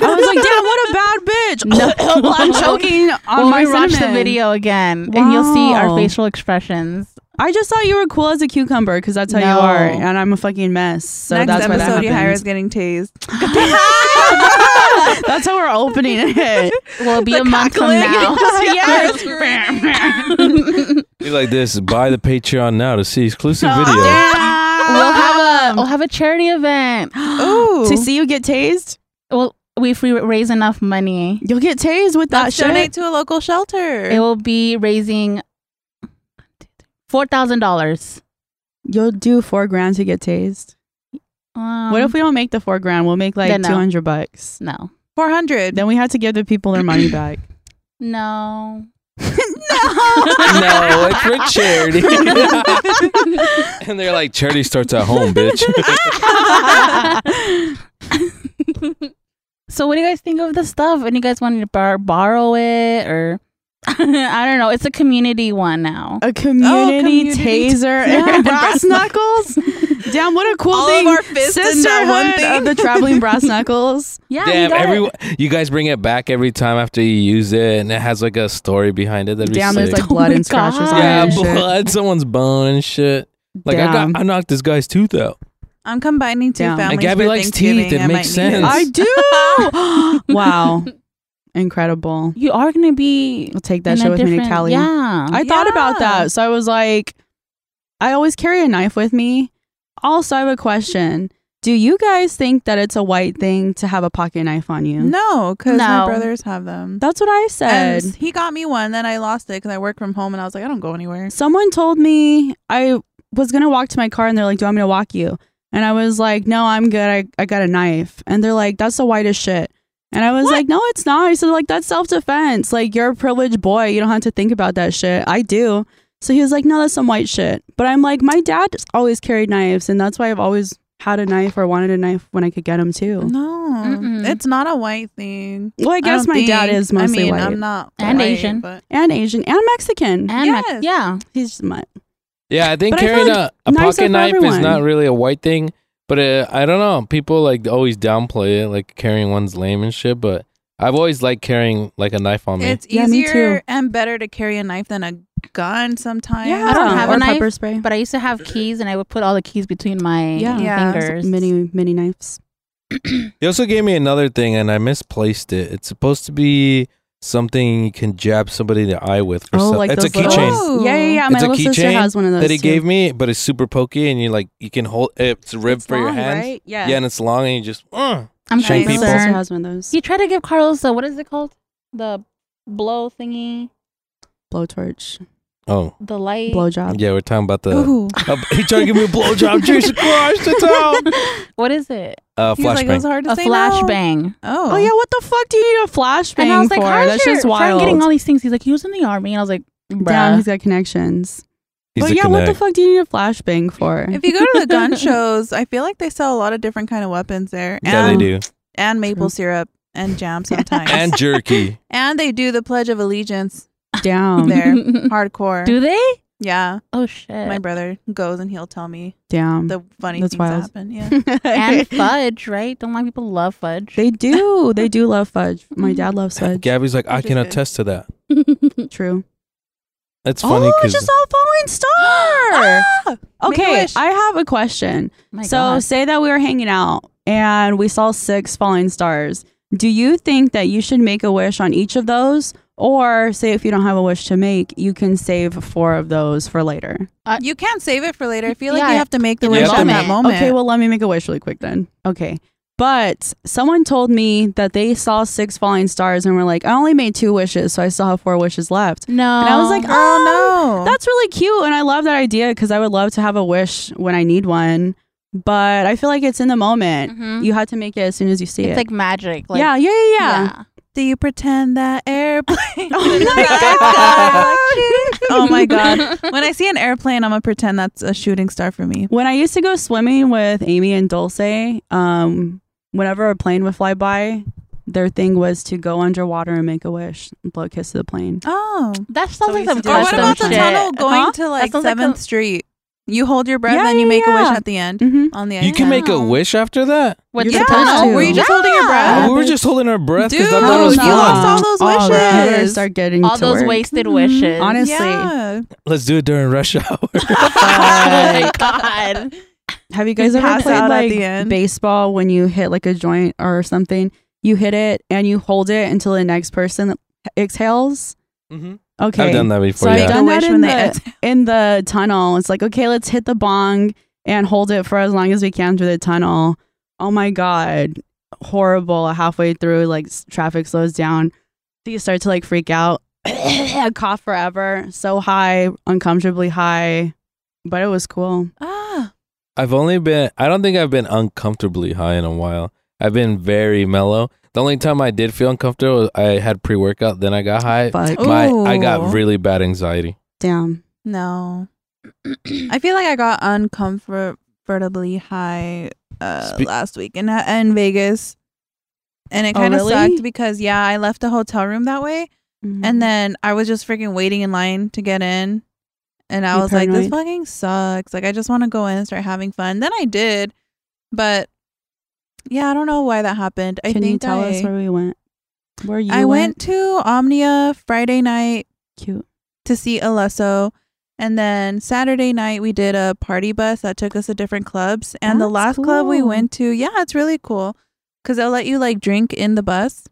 I was like, damn, what a bad bitch. No. I'm choking on Well, my rewatch the cinnamon. video again, and you'll see Wow. our facial expressions. I just thought you were cool as a cucumber because that's how you No. are, and I'm a fucking mess. So Next that's why that episode, you hire is happened. getting tased. that's how we're opening it. Will be a month from now. Be like this. Buy the Patreon now to see exclusive Oh, video. we'll have a we'll have a charity event. Ooh. to see you get tased, Well, if we raise enough money, you'll get tased with that Let's donate shit. to a local shelter. it will be raising four thousand dollars. You'll do four grand to get tased. what if we don't make the four grand? We'll make like Then no. two hundred bucks. Um, No, 400. Then we had to give the people their money back. no. no, it's for charity. and they're like, charity starts at home, bitch. so, what do you guys think of the stuff? And you guys wanted to bar- borrow it, or I don't know. It's a community one now. A community, community taser and brass knuckles. Damn, what a cool All of thing! our fists in that one Sisterhood thing. of the traveling brass knuckles. Yeah, Damn, every you guys bring it back every time after you use it, and it has like a story behind it. That'd be Damn, sick. there's like Oh blood my and scratches on it. God. yeah, and shit. blood, someone's bone and shit. Like I Damn. got, I knocked this guy's tooth out. I'm combining two Damn. And families. Gabby for likes teeth. Thanksgiving. It I might makes need sense. I do. wow, incredible. you are gonna be I'll take that in shit a with me to different- Cali. Yeah, I thought about Yeah. that. So I was like, I always carry a knife with me. Also, I have a question. Do you guys think that it's a white thing to have a pocket knife on you? No, because my No. brothers have them. That's what I And said. he got me one, then I lost it because I work from home and I was like, I don't go anywhere. Someone told me I was going to walk to my car and they're like, Do you want me to walk you? And I was like, No, I'm good. I, I got a knife. And they're like, That's the whitest shit. And I was like, No, it's not. I said, Like, that's self defense. Like, you're a privileged boy. You don't have to think about that shit. I do. So he was like, No, that's some white shit. But I'm like, My dad just always carried knives. And that's why I've always had a knife or wanted a knife when I could get them too. No, Mm-mm. it's not a white thing. Well, I guess don't my dad think- is mostly I mean, white I'm not And white, Asian. but and Asian and Mexican. and Yes. like- yeah, He's just mutt. Yeah, I think But I carrying feel a, like a knives are for pocket knife is everyone. not really a white thing, but uh, I don't know. People like always downplay it, like carrying one's lame and shit. But I've always liked carrying like a knife on me. it's Yeah, me too. easier and better to carry a knife than a gun sometimes. Yeah, I don't have or a knife, pepper spray. but I used to have keys, and I would put all the keys between my Yeah. Yeah. fingers. mini mini knives. He also gave me another thing, and I misplaced it. It's supposed to be something you can jab somebody in the eye with. For some- it's a Oh, those keychain little- Oh. Yeah, yeah, yeah. It's My a little sister keychain has one of those. that he too. gave me, but it's super pokey, and you like you can hold. eh, It's a rib It's for your long, hands. right? Yeah. Yeah, and it's long, and you just. Uh, I'm Shake My people. sister concerned. has one of those. You try to give Carlos the what is it called? The blow thingy, Blowtorch, oh the light. blowjob. yeah, we're talking about the. uh, Ooh. he tried to give me a blowjob. Jesus Christ, it's out. What is it? Uh, He's like, it flashbang. was hard to A say no." flashbang. Oh. Oh yeah, what the fuck do you need a flashbang And I was like, for? how is That's your just friend wild. getting all these things? He's like, he was in the army, and I was like, Damn, bruh. he's got connections. He's but a yeah, what the connect. fuck do you need a flashbang for? If you go to the gun shows, I feel like they sell a lot of different kind of weapons there. Yeah, Um, they and, do. And maple True. syrup and jam sometimes. And jerky. And they do the Pledge of Allegiance Down, There. hardcore. Do they? yeah. Oh shit. My brother goes and he'll tell me down. the funny That's things wild. happen. Yeah. and fudge, right? Don't lot of people love fudge. they do. They do love fudge. My dad loves fudge. Gabby's like, I Which is can good. attest to that. Oh True. It's funny Ah! oh, because it's just all falling star. Make a okay, wish. I have a question. My so God. say that we were hanging out and we saw six falling stars. Do you think that you should make a wish on each of those? Or say if you don't have a wish to make, you can save four of those for later. You can't save it for later. I feel like Yeah. you have to make the You wish have to at that make- moment. Okay, well let me make a wish really quick then. Okay. But someone told me that they saw six falling stars and were like, I only made two wishes, so I still have four wishes left. no. And I was like, oh no. That's really cute, and I love that idea because I would love to have a wish when I need one. But I feel like it's in the moment. Mhm. You had to make it as soon as you see it's it. like magic. Like, yeah, yeah, yeah, yeah. Do you pretend that airplane? Oh my God. oh my god! When I see an airplane, I'm gonna pretend that's a shooting star for me. When I used to go swimming with Amy and Dulce, um, whenever a plane would fly by, their thing was to go underwater and make a wish, and blow a kiss to the plane. Oh, That sounds So like we some should do that. Or what custom about the shit. tunnel going Huh? to like sounds like Seventh a- Street? You hold your breath, Yeah, then you yeah, make a yeah. wish at the end Mm-hmm. on the. You can make a Yeah. wish after that. What's You're the supposed tunnel? to. Were you just holding your breath? Oh, we were just holding our breath because I Dude, thought it was Oh, you fun. lost all those All that. wishes. Better Start getting all to those work. wasted Mm-hmm. wishes. Honestly. Yeah. Let's do it during rush hour. oh my god. Have you guys You ever pass played out at like the end. baseball when you hit like a joint or something? You hit it and you hold it until the next person exhales. Mhm. Okay, I've done that So before. I've yeah. done Make a that wish in when they the, in the tunnel. It's like, okay, let's hit the bong and hold it for as long as we can through the tunnel. Oh my God. Horrible. Halfway through, like s- traffic slows down. So you start to like freak out. I cough forever. So high, uncomfortably high. But it was cool. Ah. I've only been. I don't think I've been uncomfortably high in a while. I've been very mellow. The only time I did feel uncomfortable, was I had pre workout. Then I got high. Fuck. Ooh. My I got Ooh. really bad anxiety. Damn. No. I feel like I got uncomfortably high uh, Spe- last week in, in Vegas. And it Oh, kind of really? sucked because, yeah, I left the hotel room that way. Mm-hmm. And then I was just freaking waiting in line to get in. And I You was like, this fucking sucks. Like, I just want to go in and start having fun. Then I did. But yeah, I don't know why that happened. I can think you tell I, us where we went? Where you I went to Omnia Friday night Cute. to see Alesso. And then Saturday night we did a party bus that took us to different clubs. And the last That's club we cool. went to, yeah, it's really cool because they'll let you like drink in the bus,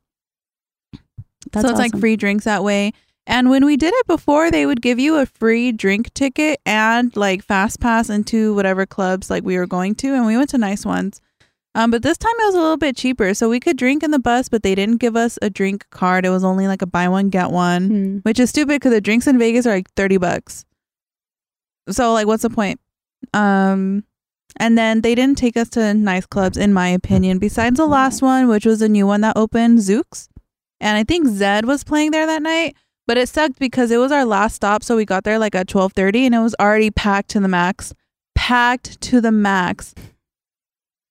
That's so it's like awesome. free drinks that way. And when we did it before, they would give you a free drink ticket and like fast pass into whatever clubs like we were going to, and we went to nice ones. Um, but this time it was a little bit cheaper, so we could drink in the bus, but they didn't give us a drink card. It was only like a buy one get one Hmm. which is stupid because the drinks in Vegas are like 30 bucks. So like what's the point? Um and then they didn't take us to nice clubs in my opinion besides the last one which was a new one that opened Zooks. And I think Zed was playing there that night, but it sucked because it was our last stop so we got there like at 12:30 and it was already packed to the max. Packed to the max.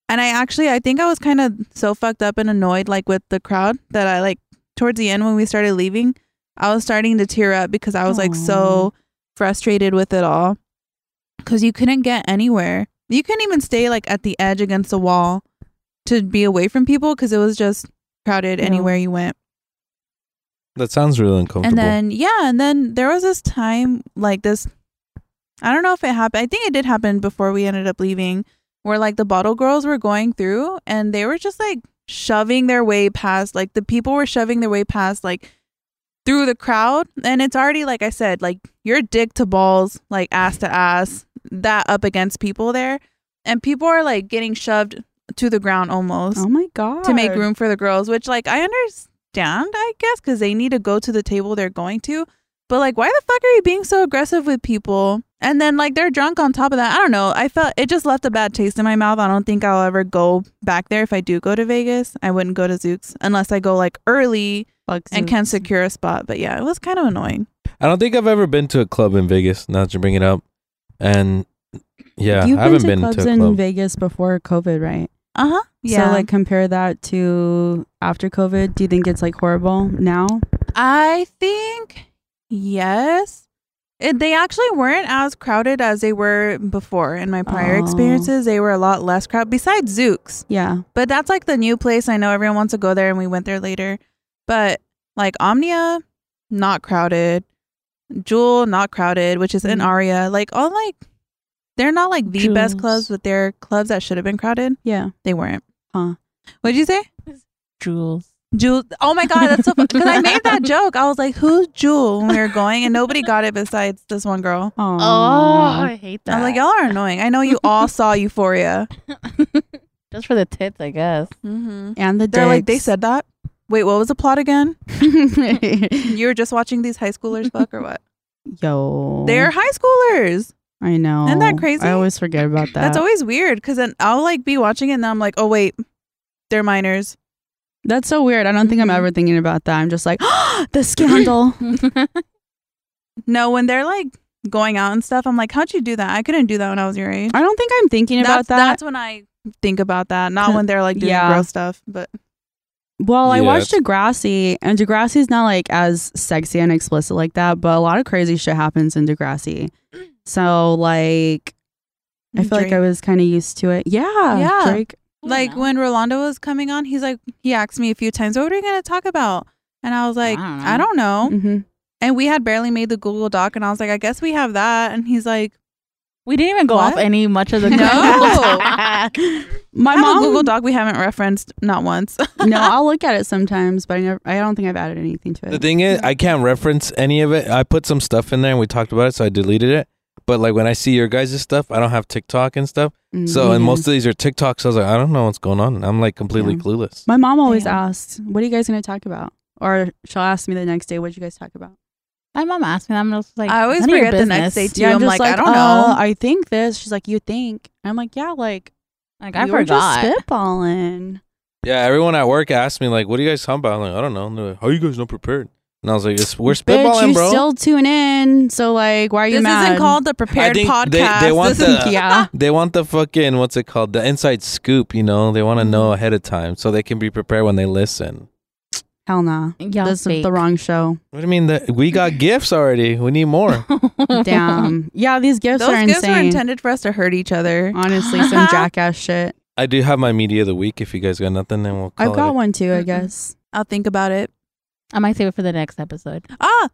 And I actually I think I was kind of so fucked up and annoyed like with the crowd that I like towards the end when we started leaving I was starting to tear up because I was like so frustrated with it all. Cause you couldn't get anywhere. You couldn't even stay like at the edge against the wall to be away from people because it was just crowded Yeah. anywhere you went. That sounds really uncomfortable. And then yeah, and then there was this time like this I don't know if it happened. I think it did happen before we ended up leaving where like the bottle girls were going through and they were just like shoving their way past like the people were shoving their way past like through the crowd and it's already like I said like your dick to balls like ass to ass that up against people there and people are like getting shoved to the ground almost Oh my God. to make room for the girls, which like I understand, I guess, because they need to go to the table they're going to. But like, why the fuck are you being so aggressive with people? And then like they're drunk on top of that. I don't know. I felt it just left a bad taste in my mouth. I don't think I'll ever go back there. If I do go to Vegas, I wouldn't go to Zooks unless I go like early Fuck and Zeus. can secure a spot. But yeah, it was kind of annoying. I don't think I've ever been to a club in Vegas. Now that you bring it up, and yeah, You've I haven't been to clubs to a in club. Vegas before COVID, right? Uh huh. Yeah. So like compare that to after COVID. Do you think it's like horrible now? I think yes. It, they actually weren't as crowded as they were before in my prior Oh. experiences. They were a lot less crowded besides Zooks. Yeah. But that's like the new place. I know everyone wants to go there and we went there later. But like Omnia, not crowded. Jewel, not crowded, which is in Mm. Aria. Like all like they're not like the best Jewels. clubs, but they're clubs that should have been crowded. Yeah. They weren't. Huh. What'd you say? Jules. Jewel. Oh my god, that's so funny. Because I made that joke. I was like, "Who's Jewel?" When we were going, and nobody got it besides this one girl. Oh. Oh, I hate that. I'm like, "Y'all are annoying." I know you all saw Euphoria. Just for the tits, I guess. Mm-hmm. And the They're like, "They dicks. said that." Wait, what was the plot again? You were just watching these high schoolers fuck or what? Yo. They're high schoolers. I know. Isn't that crazy? I always forget about that. That's always weird because then I'll like be watching it and I'm like, "Oh wait, they're minors." That's so weird. I don't think I'm Mm-hmm. Mhm. ever thinking about that. I'm just like, the scandal. No, when they're like going out and stuff, I'm like, how'd you do that? I couldn't do that when I was your age. I don't think I'm thinking about That's, that. that's when I think about that. Not when they're like doing Yeah. gross stuff, but well, I Yeah, watched that's- Degrassi, and Degrassi's not like as sexy and explicit like that, but a lot of crazy shit happens in Degrassi. So like, I feel like I Drake. was kind of used to it. Yeah, Yeah. Drake. like when Rolando was coming on, he's like he asked me a few times, "What are we gonna talk about?" And I was like, I don't know. Oh. "I don't know." hmm And we had barely made the Google Doc, and I was like, "I guess we have that." And he's like, we didn't even go What? off any much of the No. My "I have mom. a Google Doc we haven't referenced not once." no, I'll look at it sometimes, but I never. I don't think I've added anything to The it. thing is, I can't reference any of it. I put some stuff in there and we talked about it, so I deleted it. But like when I see your guys' stuff, I don't have TikTok and stuff. Mm, So yeah. and most of these are TikToks. I was like, I don't know what's going on. I'm like completely Yeah. clueless. My mom always Damn. asks, "What are you guys going to talk about?" Or she'll ask me the next day, "What'd you guys talk about?" My mom asked me. I'm just like, I always none of your forget the next business. day, too. Yeah, I'm just like, I don't "Uh, know." I think this. She's like, "You think?" I'm like, "Yeah, like Like I you were forgot. just spitballing." Yeah, everyone at work asked me like, "What do you guys talking about?" I'm like, I don't know. And they're like, How are you guys not prepared? And I was like, it's, "We're Bitch, spitballing, you bro." still tune in, so like, why are you this mad? isn't called the prepared think podcast. they- they want this is the- yeah. they want the fucking what's it called? The inside scoop. You know, they want to Mm-hmm. know ahead of time so they can be prepared when they listen. Hell nah. Y'all This is fake. the wrong show. What do you mean that we got gifts already? We need more. Damn. yeah, these gifts those are gifts insane. Uh. are intended for us to hurt each other. Honestly, some jackass shit. I do have my media of the week. If you guys got nothing, then we'll. Call I've got it. one too, I Mhm. guess. I'll think about it. I might save it Uh, for the next episode. Ah,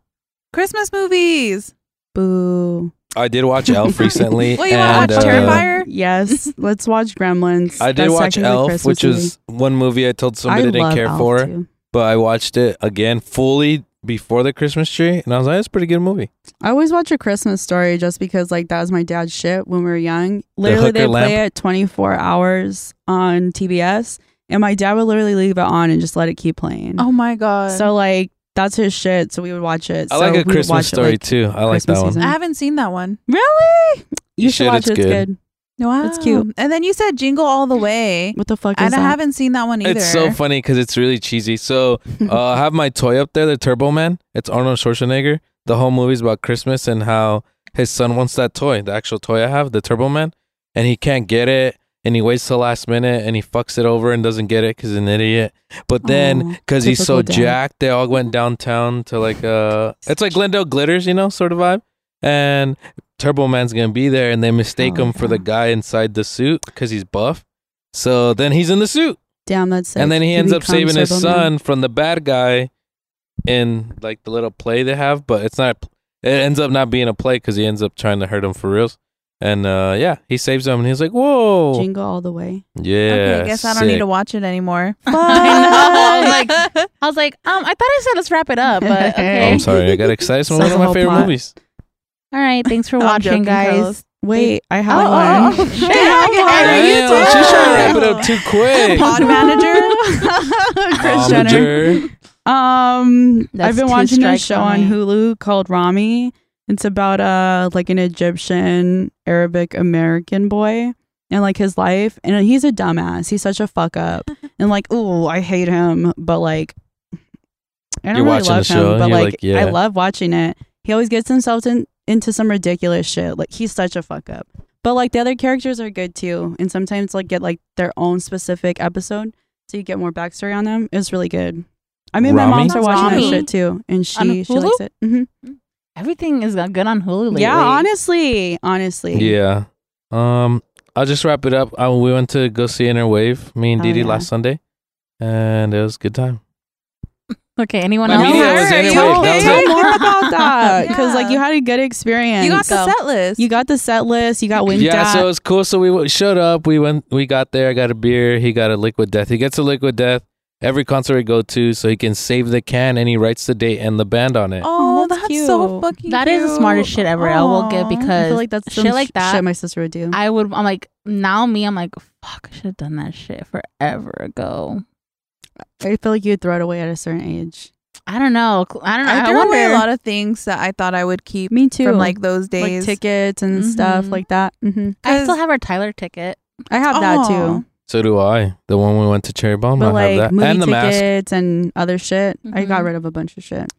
Christmas movies. Boo. I did watch Elf recently. Well, you and, want to watch uh, Terrifier? Yes, let's watch Gremlins. I did That's watch technically Elf, Christmas which movie. is one movie I told somebody I didn't love care Elf, for, too. but I watched it again fully before the Christmas tree, and I was like, "It's a pretty good movie." I always watch a Christmas story just because like that was my dad's shit when we were young. Literally hooker they lamp? play it 24 hours on TBS and my dad would literally leave it on and just let it keep playing. Oh my god. Mm. So like that's his shit, so we would watch it. I so like we a would Christmas watch story It, like, too. I like Christmas that one. season. I haven't seen that one. really? You, You should, should, watch it's it. It's good. good. Wow. It's cute. And then you said Jingle All the Way. What the fuck is And I that? haven't seen that one either. It's so funny because it's really cheesy. So uh, I have my toy up there, the Turbo Man. It's Arnold Schwarzenegger. The whole movie's about Christmas and how his son wants that toy, the actual toy I have, the Turbo Man, and he can't get it. And he waits till last minute and he fucks it over and doesn't get it because he's an idiot. But then, Aw, because he's so Oh, typical dad. jacked, they all went downtown to like, uh, it's like Glendale Glitters, you know, sort of vibe. And Turbo Man's going to be there and they mistake Oh, him for the yeah. guy inside the suit because he's buff. So then he's in the suit Damn, that's sick. and then he ends up saving his becomes son Turbo Man. from the bad guy in like the little play they have but it's not it ends up not being a play because he ends up trying to hurt him for reals and uh yeah he saves him and he's like whoa Jingle all the way. yeah Okay, I guess I don't need sick. to watch it anymore. I know. I was like, I was like, um, I thought I said let's wrap it up, but okay. i'm sorry i got excited it's one of That's the my whole favorite plot. movies All right, thanks for I'm watching, joking, guys. Carlos. Wait, I Oh, have one. oh, oh, shit, Damn, I'm sorry. you Damn, too. she's trying to wrap it up too quick Pod manager. Chris Mama Jenner. Jer. Um, That's I've been two watching this strikes show for on me. Hulu called Rami. It's about uh like an Egyptian Arabic American boy and like his life, and he's a dumbass. He's such a fuck up, and like, ooh, I hate him, but like, I don't You're really watching love the him, show, but you're like, like, yeah. I love watching it. He always gets himself in, into some ridiculous shit. Like he's such a fuck up, but like the other characters are good too, and sometimes like get like their own specific episode so you get more backstory on them. It's really good. I mean, Rami? my mom's are watching Rami? that shit too, and On she she Hulu? likes it. hmm Everything is good on Hulu lately. Yeah, honestly, honestly, yeah um i'll just wrap it up I, we went to go see inner wave me and Oh, Dee Dee yeah. last sunday and it was a good time Okay, anyone My else? media was Are in you it. Tell, Wait, that was tell it? more about that because like Yeah. you had a good experience. You got the So- set list. you got the set list. You got winked yeah, at. so it was cool. So we w- showed up. We went. We got there. I got a beer. He got a liquid death. He gets a liquid death every concert we go to, so he can save the can and he writes the date and the band on it. oh, Oh, that's, that's so cute. fucking. That is the smartest shit ever. I will get Aw. I because feel like that's shit some like sh- that- shit my sister would do. I would. I'm like now me. I'm like fuck. I should have done that shit forever ago. I feel like you'd throw it away at a certain age. I don't know. I don't know. I I, threw wonder. away a lot of things that I thought I would keep Me too. from like those like Mm-hmm. days. tickets and stuff Mhm. like that. hmm I still 'Cause- have our Tyler ticket. I have that Aw. too. So do I. The one we went to Cherry Bomb, But I like have that, movie and the mask. tickets and other shit. I got Mhm. rid of a bunch of shit.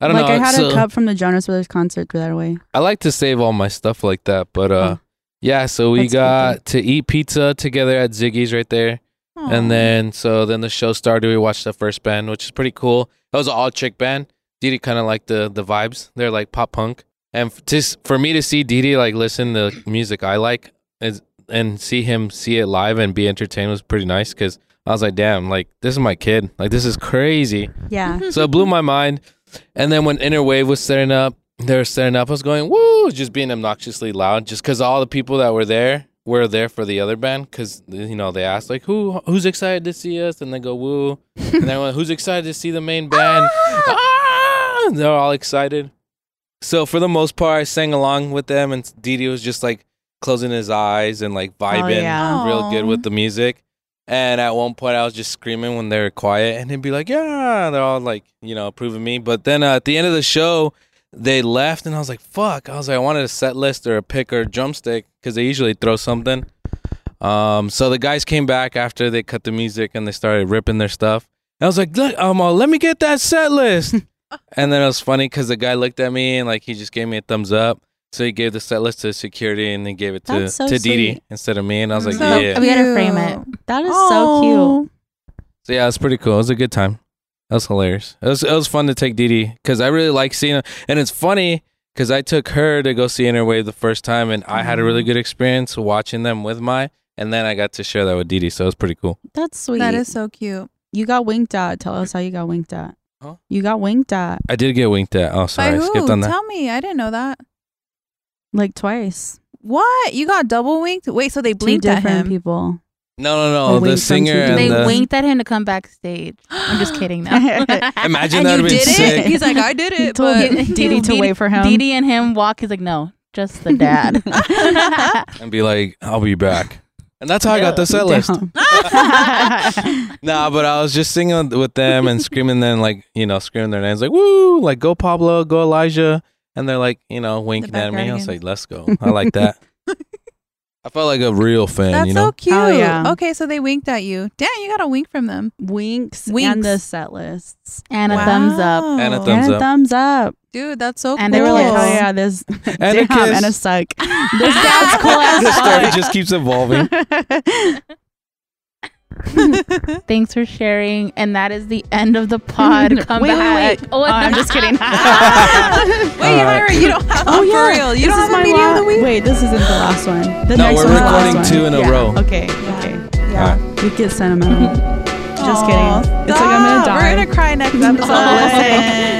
I don't like know. I had it's, a uh, cup from the Jonas Brothers concert through that away. I like to save all my stuff like that, but uh, Oh. yeah. So we That's cool, got to eat pizza together at Ziggy's right there, and then so then the show started. We watched the first band, which is pretty cool. That was an all chick band. Didi kind of like the the vibes. They're like pop punk, and f- just for me to see Didi like listen to music I like is, and see him see it live and be entertained was pretty nice because I was like, damn, like this is my kid. Like this is crazy Yeah. so it blew my mind. And then when Inner Wave was setting up, they were setting up. I was going, woo, just being obnoxiously loud, just because all the people that were there were there for the other band, because you know they asked like, who, who's excited to see us, and they go, woo, and then I went, who's excited to see the main band? Ah! They're all excited. So for the most part, I sang along with them, and Didi was just like closing his eyes and like vibing yeah. real good with the music. And at one point, I was just screaming when they were quiet, and he'd be like, "Yeah," they're all like, you know, approving me. But then uh, at the end of the show, they left, and I was like, "Fuck!" I was like, "I wanted a set list or a pick or a drumstick because they usually throw something." Um, so the guys came back after they cut the music and they started ripping their stuff. And I was like, "Look, um, uh, let me get that set list." and then it was funny because the guy looked at me and like he just gave me a thumbs up. So he gave the set list to security and then gave it to That's so to Didi sweet. instead of me, and I was like, So "Yeah." we gotta frame it. That is so Oh. So yeah, it was pretty cool. It was a good time. That was hilarious. It was it was fun to take Didi because I really like seeing her, and it's funny because I took her to go see Interwave the first time, and I had a Mm-hmm. really good experience watching them with my, and then I got to share that with Didi, so it was pretty cool. cute. That's sweet. That is so cute. You got winked at. Tell us how you got winked at. Huh? You got winked at I did get winked at. Oh, sorry, By I who? skipped on that. Tell me. I didn't know that. like twice. What? You got double winked? Wait, so they blinked Two at different him. people. No, no, They no. The winked from singer two and they the, winked at him to come backstage. I'm just kidding now. Imagine and that you would've been did sick. it? He's like, I did He it. told But him- Didi to Didi- wait for him. Didi and him walk. He's like, no, just the dad. and be like, "I'll be back," and that's how I got the set list. Damn. Nah, but I was just singing with them and screaming then like, you know, screaming their names like, woo, like go Pablo, go Elijah. And they're like, you know, winking at me. I was Backyardigans. like, let's go. I like that. I felt like a real fan, That's you so know? cute. Oh, yeah. Okay, so they winked at you. Damn, you got a wink from them. Winks, Winks. and the set lists. and a thumbs up. Wow. And a thumb- Thumbs Thumbs and up. up. thumbs up. Dude, that's so cool. And They were like, Cool. oh yeah, this And a damn, kiss. and a suck. This sounds cool This as story just keeps evolving. fuck. Thanks for sharing. And that is the end of the pod. Come Wait, wait, back. wait. Oh, I'm just kidding. Wait, Hyra, you don't have oh, for real. You This is don't have a my meeting of la- the week? Wait, this isn't the last one. The No, next we're one's the last recording one. two in a Yeah. row. Okay, okay. We get sentimental. Just Aw, kidding. It's like I'm gonna stop. die. Oh. We're gonna cry next episode. Listen.